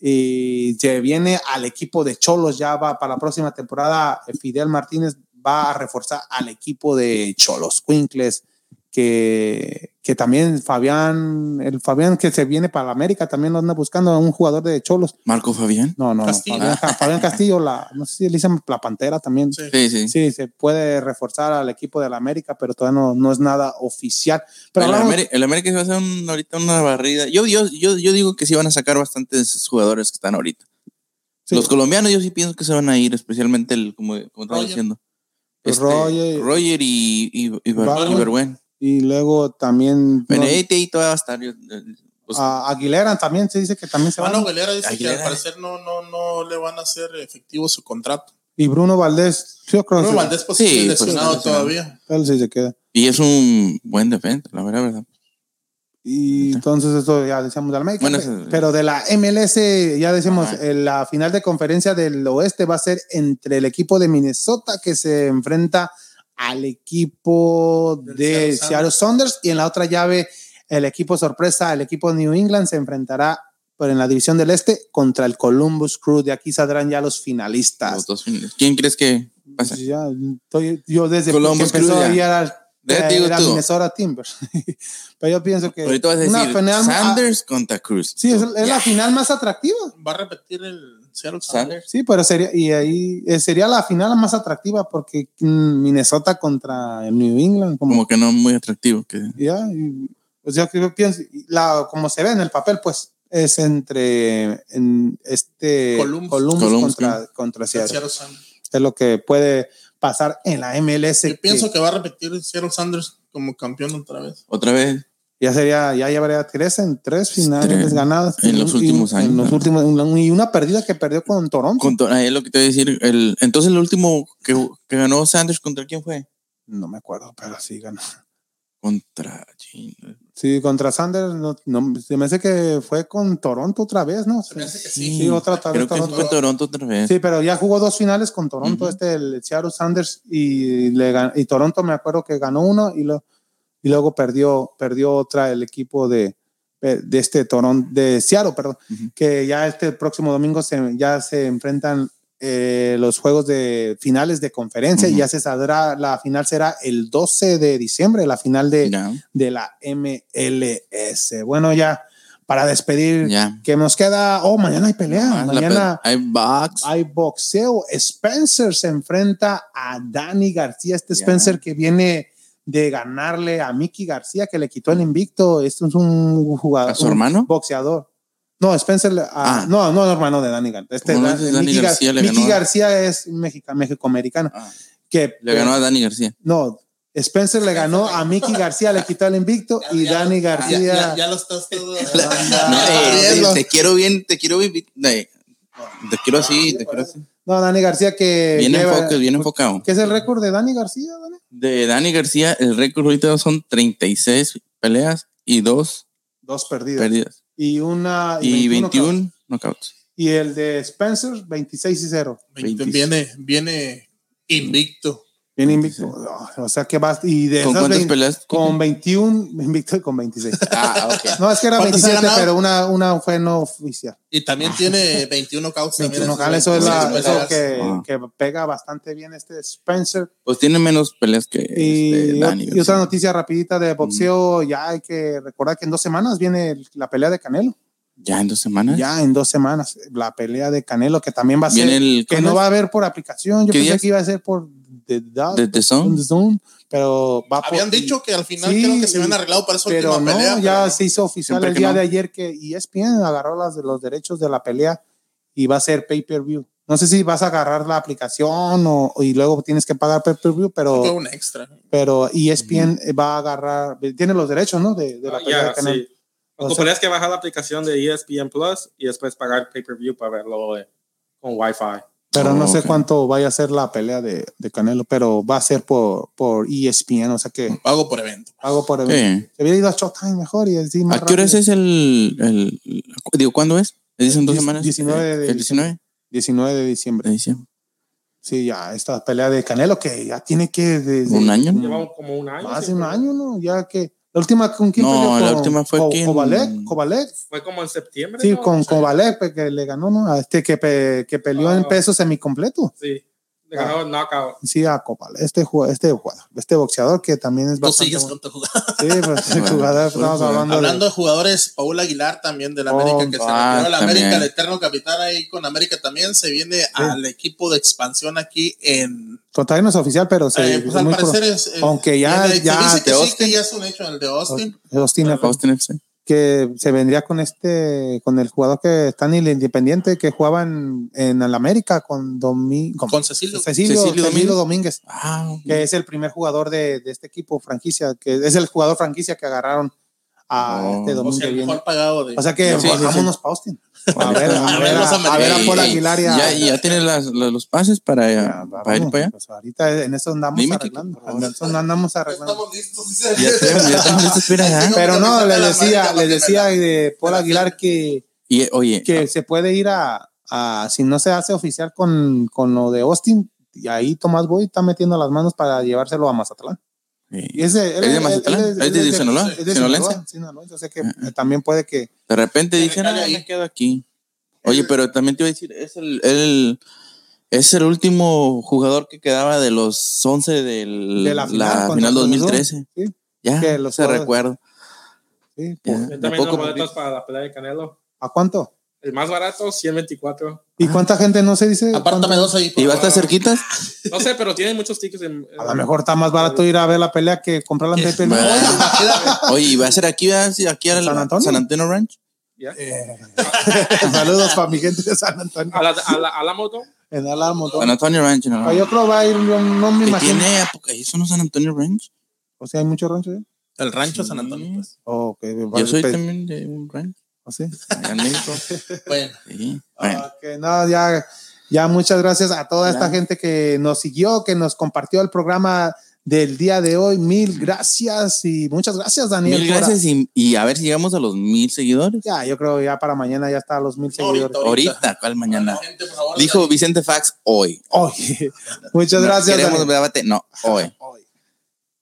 A: y se viene al equipo de Cholos, ya va para la próxima temporada, Fidel Martínez va a reforzar al equipo de Cholos, Quincles, que, que también Fabián, el Fabián que se viene para la América, también lo anda buscando a un jugador de Cholos.
B: Marco Fabián.
A: No, no, no,
D: Castillo.
A: Fabián, Ca- Fabián Castillo, la, no sé si le dicen la Pantera también.
D: Sí.
B: Sí, sí.
A: Sí, se puede reforzar al equipo de la América, pero todavía no, no es nada oficial. Pero
B: el,
A: hablamos-
B: Ameri- el América se va a hacer un- ahorita una barrida. Yo, yo, yo, yo digo que sí van a sacar bastantes jugadores que están ahorita.
A: sí,
B: Los colombianos yo sí pienso que se van a ir, especialmente el, como, como estaba
D: Roger.
B: diciendo.
A: Pues
B: Este,
A: Roger.
B: Roger y, y, y, Bar-
A: Barwin.
B: y Bergwijn.
A: y luego también no,
B: Benedete y todavía va a estar. yo- eh, pues,
A: a- Aguilera también se dice que también se
B: Ah,
A: va.
D: Mano Aguilera dice que
B: Aguilera.
D: al parecer no, no, no le van a hacer efectivo su contrato.
A: Y Bruno Valdés, yo creo que
D: Pero
A: se-
D: Valdés pues
B: Sí,
D: sigue
B: pues,
D: lesionado
B: está
D: todavía.
A: él sí se queda.
B: Y es un buen defensa, la verdad, verdad.
A: Y entonces eso ya decíamos de América.
B: Bueno,
A: pe-
B: eso-
A: pero de la MLS ya decimos,
B: Ajá.
A: eh, la final de conferencia del oeste va a ser entre el equipo de Minnesota que se enfrenta al equipo
D: Del
A: de
D: Seattle Sounders.
A: Seattle Saunders y en la otra llave el equipo sorpresa, el equipo de New England se enfrentará pero en la división del este contra el Columbus Crew. De aquí saldrán ya los
B: Los
A: finalistas.
B: dos finales. ¿Quién crees que pasa?
A: Ya, estoy- yo desde
B: Columbus
A: que empezó
B: Crew ya.
A: ya era-
B: Ya
A: eh, era
B: te digo tú.
A: Minnesota Timbers. Pero yo pienso que
B: Ahorita vas a
A: una
B: decir
A: final-
B: Sanders contra Cruz.
A: Sí, es, es la final más atractiva.
D: Va a repetir el Seattle Sounders.
B: Sanders.
A: Sí, pero sería, y ahí eh, sería la final más atractiva porque mm, Minnesota contra New England, como,
B: Como que no muy atractivo. Que,
A: ya, y- pues yo, creo- pienso, y la, como se ve en el papel, pues es entre en este
D: Columbus.
B: Columbus,
A: contra, contra
D: El
A: Seattle.
D: Seattle Sounders.
A: Es lo que puede pasar en la MLS.
D: Yo
A: que
D: pienso que va a repetir el Seattle Sanders como campeón otra vez.
B: Otra vez.
A: ya sería, ya llevaría tres en tres finales
B: Tres.
A: ganadas
B: En los
A: Y-
B: últimos
A: y-
B: años,
A: En los
B: ¿no?
A: últimos y una perdida que perdió con Toronto.
B: Contra, ah, es lo que te voy a decir. El, entonces, el último que, que ganó Sanders contra quién fue?
A: no me acuerdo, pero sí ganó.
B: Contra. chin-
A: Sí, contra Sanders, no, no, se me hace que fue con Toronto otra vez, ¿no?
D: Se me hace que
A: Sí,
D: sí.
A: otra otra vez
B: Creo que
A: Toronto.
B: fue Toronto otra vez.
A: Sí, pero ya jugó dos finales con Toronto,
B: Ujú.
A: este, el Seattle Sanders, y, le, gan- y Toronto me acuerdo que ganó uno y, lo, y luego perdió, perdió otra el equipo de, de este Toronto, de Seattle, perdón,
B: Ujú.
A: que ya este próximo domingo se, ya se enfrentan eh, los juegos de finales de conferencia y
B: Ujú.
A: ya se saldrá, la final será el 12 de diciembre, la final de,
B: Ya,
A: de la MLS. Bueno, ya para despedir,
B: ya.
A: que nos queda, oh, mañana hay pelea,
B: Ah, la
A: mañana
B: pe- Hay box.
A: hay boxeo. Spencer se enfrenta a Dani García, este
B: Ya.
A: Spencer que viene de ganarle a Mickey García, que le quitó el invicto. Este es un jugador.
B: ¿A su
A: un
B: hermano?
A: boxeador. No, Spencer, le- a-
B: Ah.
A: no, no, hermano de Dani García. Este,
B: ¿Cómo no
A: Dan-
B: dices Dani
A: Mickey, Gar-
B: García le
A: Mickey
B: ganó a-
A: García es mexica, mexicoamericano.
B: Ah,
A: Que
B: le ganó a Dani García.
A: no, Spencer le ganó a Mickey García, le quitó el invicto y
D: Ya- ya-
A: Dani
D: ya-
A: García.
D: Ya, ya lo estás todo.
A: Ah,
B: No, eh,
D: Bien,
B: te,
D: lo-
B: te quiero bien, te quiero bien. eh, Te quiero así, te quiero así.
A: No, Dani García que
B: Bien
A: Eh, lleva-
B: enfocado, bien enfocado.
A: ¿Qué es el récord de Dani García, Dani?
B: De Dani García, el récord ahorita son 36 peleas y dos
A: Dos perdidas.
B: pérdidas.
A: Ah, Y una knockouts.
B: Y 21 knockouts.
A: Y el de Spencer 26 y 0.
D: Veinte- Viene, viene Invicto.
A: Bien invicto. Oh, O sea que vas. Y de
B: ¿Con
A: esas
B: cuántas
A: vein-
B: peleas?
A: Con 21, invicto y con 26.
B: Ah, ok.
A: No, es que era
D: ¿Cuántas
A: 27,
D: eran, no?
A: pero una, una fue no oficial.
D: Y también tiene 21 causas. también
A: 21
D: en
A: cal,
D: sus
A: eso es la,
D: 21
A: Ah. eso
D: peleas.
A: que,
B: Ah.
A: que pega bastante bien este Spencer.
B: Pues tiene menos peleas que este,
A: Y, ot-
B: Dani.
A: y otra noticia rapidita de boxeo,
B: Mm.
A: ya hay que recordar que en dos semanas viene el- la pelea de Canelo.
B: Ya en dos semanas.
A: Ya en dos semanas, la pelea de Canelo, que también va a ser,
B: Ah. Viene el.
A: que no va a haber por aplicación. Yo
B: ¿Qué
A: pensé
B: días?
A: que iba a ser por The, Dog-
B: The- The Zone.
A: pero va por-
D: Habían dicho que al final
A: Sí,
D: creo que se habían
A: y-
D: arreglado para esa
A: pero no,
D: última pelea. pero
A: ya
D: no.
A: se hizo oficial
B: Siempre
A: el
B: que
A: día
B: no.
A: de ayer que E ESPN agarró las, los derechos de la pelea y va a ser pay-per-view. No sé si vas a agarrar la aplicación o, y luego tienes que pagar pay-per-view,
D: Fue
A: pero,
D: un extra.
A: pero E ESPN va a agarrar, tiene los derechos, ¿no? De, de la
C: Ah,
A: pelea
C: ya,
A: de Canelo.
C: sí. Lo
A: O
C: que
A: sea-
C: podrías que bajar la aplicación de E ESPN Plus y después pagar pay-per-view para verlo eh, con Wi-Fi.
A: Pero
B: Oh,
A: no sé
B: ok.
A: cuánto vaya a ser la pelea de, de Canelo, pero va a ser por, por E ESPN, o sea que
D: Pago por evento.
A: hago por evento.
B: Sí.
A: Se hubiera ido a Showtime mejor y así más
B: ¿A qué hora es
A: rápido.
B: el, el- Digo, ¿cuándo es? ¿Es en dos
A: Diez-
B: semanas?
A: 19 de
B: ¿El 19
A: 19 de diciembre.
B: de diciembre?
A: Sí, ya, esta pelea de Canelo que ya tiene que. desde-
B: ¿Un año?
C: Llevamos como un año.
A: Mm. Más de
C: sin
A: un
C: perder.
A: año, ¿no? Ya que. La última con quién
B: No,
A: peleó?
B: la
A: Con-
B: última fue
A: con
B: quien-
A: Kovalek, Kovalek.
C: Fue como en septiembre.
A: Sí,
C: ¿no?
A: con
C: Sí.
A: Kovalek pues, que le ganó, ¿no? A este que, pe- que peleó
C: Ah.
A: en peso semicompleto.
C: Sí. Le
A: Ah.
C: ganó el knockout.
A: Sí, a Kovalek, este jugador, este jugador, este boxeador que también es
D: Tú
A: bastante.
D: sigues
A: bueno.
D: con tu jugador.
A: Sí, pues el
B: Bueno,
A: jugador,
B: bueno,
A: estamos
B: bueno.
A: hablando. de-
D: Hablando de jugadores, Paul Aguilar también del
A: Oh,
D: América, que se
B: ah,
D: retiró del
B: también.
D: América, el eterno capitán ahí con América también, se viene al equipo de expansión aquí en...
A: Todavía no es oficial, pero sí.
D: eh, pues,
A: es
D: al
A: muy
D: parecer
A: pro-
D: es... eh,
A: Aunque ya-
D: viene- se
A: ya,
D: dice que
B: de
D: sí,
B: Austin.
D: que ya es un hecho el de Austin.
A: Austin F-
B: Austin FC.
A: que se vendría con este, con el jugador que está en el Independiente, que jugaba en, en el América con Domi, con,
D: Con Cecilio.
A: Cecilio,
B: Cecilio
A: Cecilio
B: Domínguez.
A: Domínguez.
B: Ah,
A: que es el primer jugador de, de este equipo franquicia, que es el jugador franquicia que agarraron a
B: Oh.
A: este
D: O
A: domingo
D: sea, el
A: que viene.
D: mejor pagado de...
A: O sea que
B: Sí, sí, sí.
A: vámonos pa' Austin. A ver, a
D: A
A: ver,
D: ver los
A: a, a ver a
D: americanos.
A: Paul
B: Ey,
A: Aguilar y a-
B: Ya, y ya tiene las, las- los pases para,
A: Ya,
B: Ah, para ir
A: vámonos,
B: para allá.
A: Ah, pues, ahorita en eso andamos
B: Dime que-
A: arreglando.
B: por favor.
A: en eso andamos arreglando.
D: estamos listos. dice.
B: Ya tenemos- ya tenemos esto, espera, ya.
D: Tengo
A: Pero no,
D: camiseta
A: les
D: de la
A: decía,
D: América,
A: les
D: la
A: decía
D: primera.
A: de Paul
D: la
A: Aguilar que,
B: Y eh, oye,
A: que se puede ir a, a- si no se hace oficial con, con lo de Austin, y ahí Tomás Boy está metiendo las manos para llevárselo a Mazatlán. Y
B: eh,
A: ese- él-
B: ¿Es de
A: él-
B: Mazatlán?
A: él
B: ¿Es de
A: él
B: Sinaloa?
A: es de
B: ¿Sinaloense? Ah,
A: Sinaloa, sinaloense, o sea que también puede que
B: de repente dije,
D: Dale,
B: "Ah,
D: ahí".
B: me quedo aquí. Oye, pero también te iba a decir, es el, el- es el último jugador que quedaba de los 11 del,
A: De la final contra
B: final
A: Cruz Azul.
B: 2013.
A: Sí.
B: Ya,
A: Que los
B: se
A: jugadores-
B: recuerdo.
A: sí,
B: Ya.
A: pues,
C: Yo
B: ¿A
C: también
B: poco?
C: los boletos para la pelea de Canelo.
A: ¿a cuánto?
C: El más barato, 124.
B: Ah.
A: ¿Y cuánta gente no se dice?
D: Apártame dos ahí. por
B: ¿Y va a estar
D: favor.
B: cerquitas?
C: No sé, pero tienen muchos tickets. En,
A: A lo mejor está más barato ir a ver la pelea que comprarla en
D: ¿Qué?
A: Pepe.
B: Bueno.
D: Imagínate,
B: Oye, ¿y va a ser aquí, verdad? Sí, aquí al
A: ¿San Antonio?
B: San Antonio Ranch?
C: Ya.
A: Saludos para mi gente de San Antonio.
C: A la, a la, a la moto.
A: En Alamo. ¿no?
B: San Antonio Ranch, no.
A: Yo creo va a ir, yo no me
B: ¿Qué
A: imagino.
B: tiene? ¿A poco- ¿Eso no es San Antonio Ranch?
A: O sea, hay muchos ranchos. ¿eh?
D: El rancho San Antonio. pues.
A: Oh, que va-
B: Yo soy
A: pe-
B: también de un ranch.
A: ¿Oh, sí?
B: allá en México.
D: Bueno,
B: Sí. Bueno,
A: Ah, que no, ya, ya muchas gracias a toda esta
B: Claro.
A: gente que nos siguió, que nos compartió el programa del día de hoy. Mil gracias y muchas gracias, Daniel.
B: mil
A: por-
B: gracias y, y a ver si llegamos a los mil seguidores.
A: Ya, yo creo ya para mañana ya está a los mil seguidores.
D: Ahorita.
B: Ahorita, ¿cuál mañana?
D: gente, por favor,
B: Dijo Vicente Fax hoy.
A: Oye, muchas
B: No,
A: gracias.
B: queremos
A: Daniel.
B: debate. No, hoy.
A: Hoy.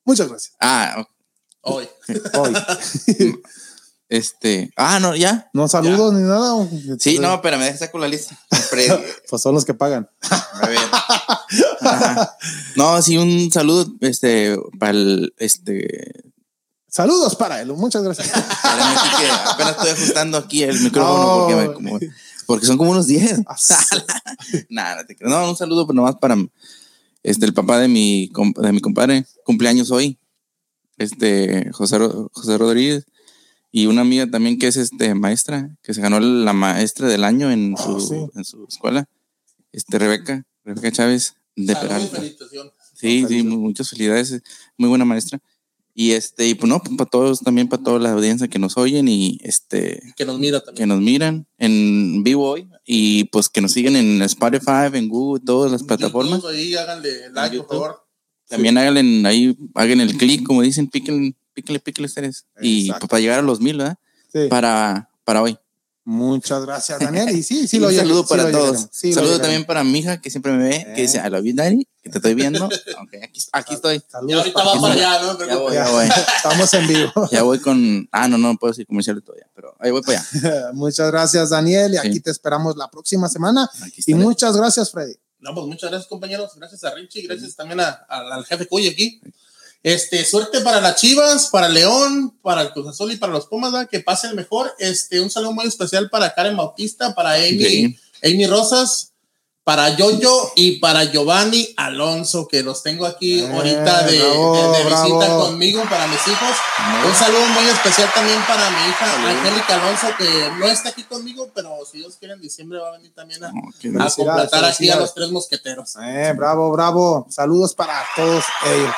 A: Muchas gracias.
B: Ah, ok.
D: hoy.
A: Hoy.
B: este. Ah, no, ya.
A: No saludos ni nada. o-
B: Sí, no, pero me saco la lista. Pre-
A: Pues son los que pagan.
B: A ver. Ajá. No, sí, un saludo este, para el. Este,
A: Saludos para él. Muchas gracias.
B: Espérame aquí que apenas estoy ajustando aquí el micrófono
A: Oh.
B: porque, me- como- porque son como unos 10. Nada, no te creo. No, un saludo pero nomás para este, el papá de mi, comp- de mi compadre. Cumpleaños hoy. Este, José, Ro- José Rodríguez. Y una amiga también que es este, maestra, que se ganó la maestra del año en,
A: Ah,
B: su,
A: sí.
B: en su escuela. Este, Rebeca, Rebeca Chávez de
D: Saludos,
B: Peralta.
D: felicitaciones.
B: Sí, sí,
A: Felices.
B: mu- muchas felicidades. Muy buena maestra. Y este, y pues no, para todos, también para toda la audiencia que nos oyen y este,
D: Que nos mira
B: que
D: también.
B: nos miran en vivo hoy y pues que nos siguen en Spotify, en Google, todas las plataformas.
D: YouTube, ahí háganle like,
B: YouTube.
D: por favor.
B: También háganle en- ahí, hagan el clic, como dicen, píquenle, píquenle, píquenle ustedes. Y
A: Exacto.
B: pues, para llegar a los mil, ¿verdad?
A: Sí.
B: Para, para hoy.
A: Muchas gracias, Daniel. Y sí, sí
B: un
A: lo lleg-
B: saludo
A: sí
B: para
A: lo
B: todos.
A: llegaremos. Sí lo
B: saludo
A: llegaremos.
B: también para mi hija que siempre me ve, que
A: Eh.
B: dice, I love you, daddy, que te estoy viendo. Ok, aquí, aquí estoy.
A: Saludos
D: Y ahorita
A: para-
D: va para allá, ¿no?
B: Ya voy,
A: Ya.
B: ya voy.
A: Estamos en vivo.
B: Ya voy con. Ah, no, no puedo decir comercial todavía, pero ahí voy para allá.
A: Muchas gracias, Daniel. Y aquí
B: Sí.
A: te esperamos la próxima semana.
B: Aquí
A: Y
B: estaré.
A: muchas gracias, Freddy.
D: No, pues muchas gracias, compañeros. Gracias a Richie, gracias también a- a- al jefe Cuy aquí. Este, suerte para las Chivas, para León, para el Cruz Azul y para los Pumas, ¿verdad? que pasen mejor. Este, un saludo muy especial para Karen Bautista, para Amy,
B: Sí.
D: Amy Rosas, para Yoyo y para Giovanni Alonso, que los tengo aquí
A: Eh,
D: ahorita de,
A: bravo,
D: de- de visita
A: bravo.
D: conmigo para mis hijos.
B: Ah,
D: Un saludo muy especial también para mi hija
B: Saludos.
D: Angélica Alonso, que no está aquí conmigo, pero si Dios quiere en diciembre va a venir también a,
B: no, qué
A: Ah,
D: a
A: Felicidades,
D: completar aquí a
A: felicidades.
D: los tres mosqueteros.
A: Eh, bravo, bravo. Saludos para todos ellos.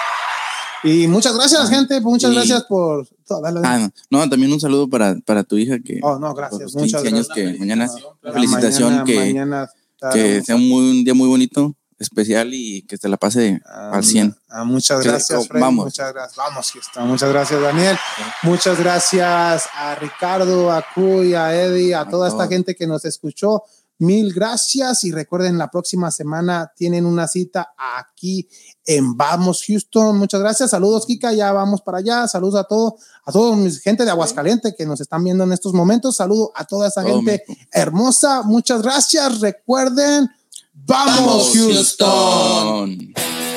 A: Y muchas gracias,
B: Ah,
A: gente. Muchas
B: y-
A: gracias por. Ah, dale, dale.
B: Ah, no. No, también un saludo para, para tu hija que
A: Oh, no,
B: por
A: gracias.
B: los
A: Muchas
B: 15 años
A: gracias.
B: que mañana,
A: La
B: felicitación
A: mañana-
B: que-
A: mañana
B: que
A: estaremos-
B: sea un, muy- un día muy bonito, especial y que te la pase al 100.
A: Ah, muchas
B: Sí,
A: gracias,
B: oh,
A: Freddy.
B: vamos.
A: Muchas gracias. Vamos, Houston. Muchas gracias, Daniel. Muchas gracias a Ricardo, a Cuy, a Eddie, a
B: A
A: toda esta
B: todos.
A: gente que nos escuchó. Mil gracias y recuerden, la próxima semana tienen una cita aquí en Vamos Houston. Muchas gracias. Saludos, Kika. Ya vamos para allá. Saludos a todos, a todos mis gente de Aguascalientes que nos están viendo en estos momentos. Saludo a toda esa
B: Todo
A: gente
B: México.
A: hermosa. Muchas gracias. Recuerden, vamos,
D: Vamos,
A: Houston.
D: Houston.
B: Houston.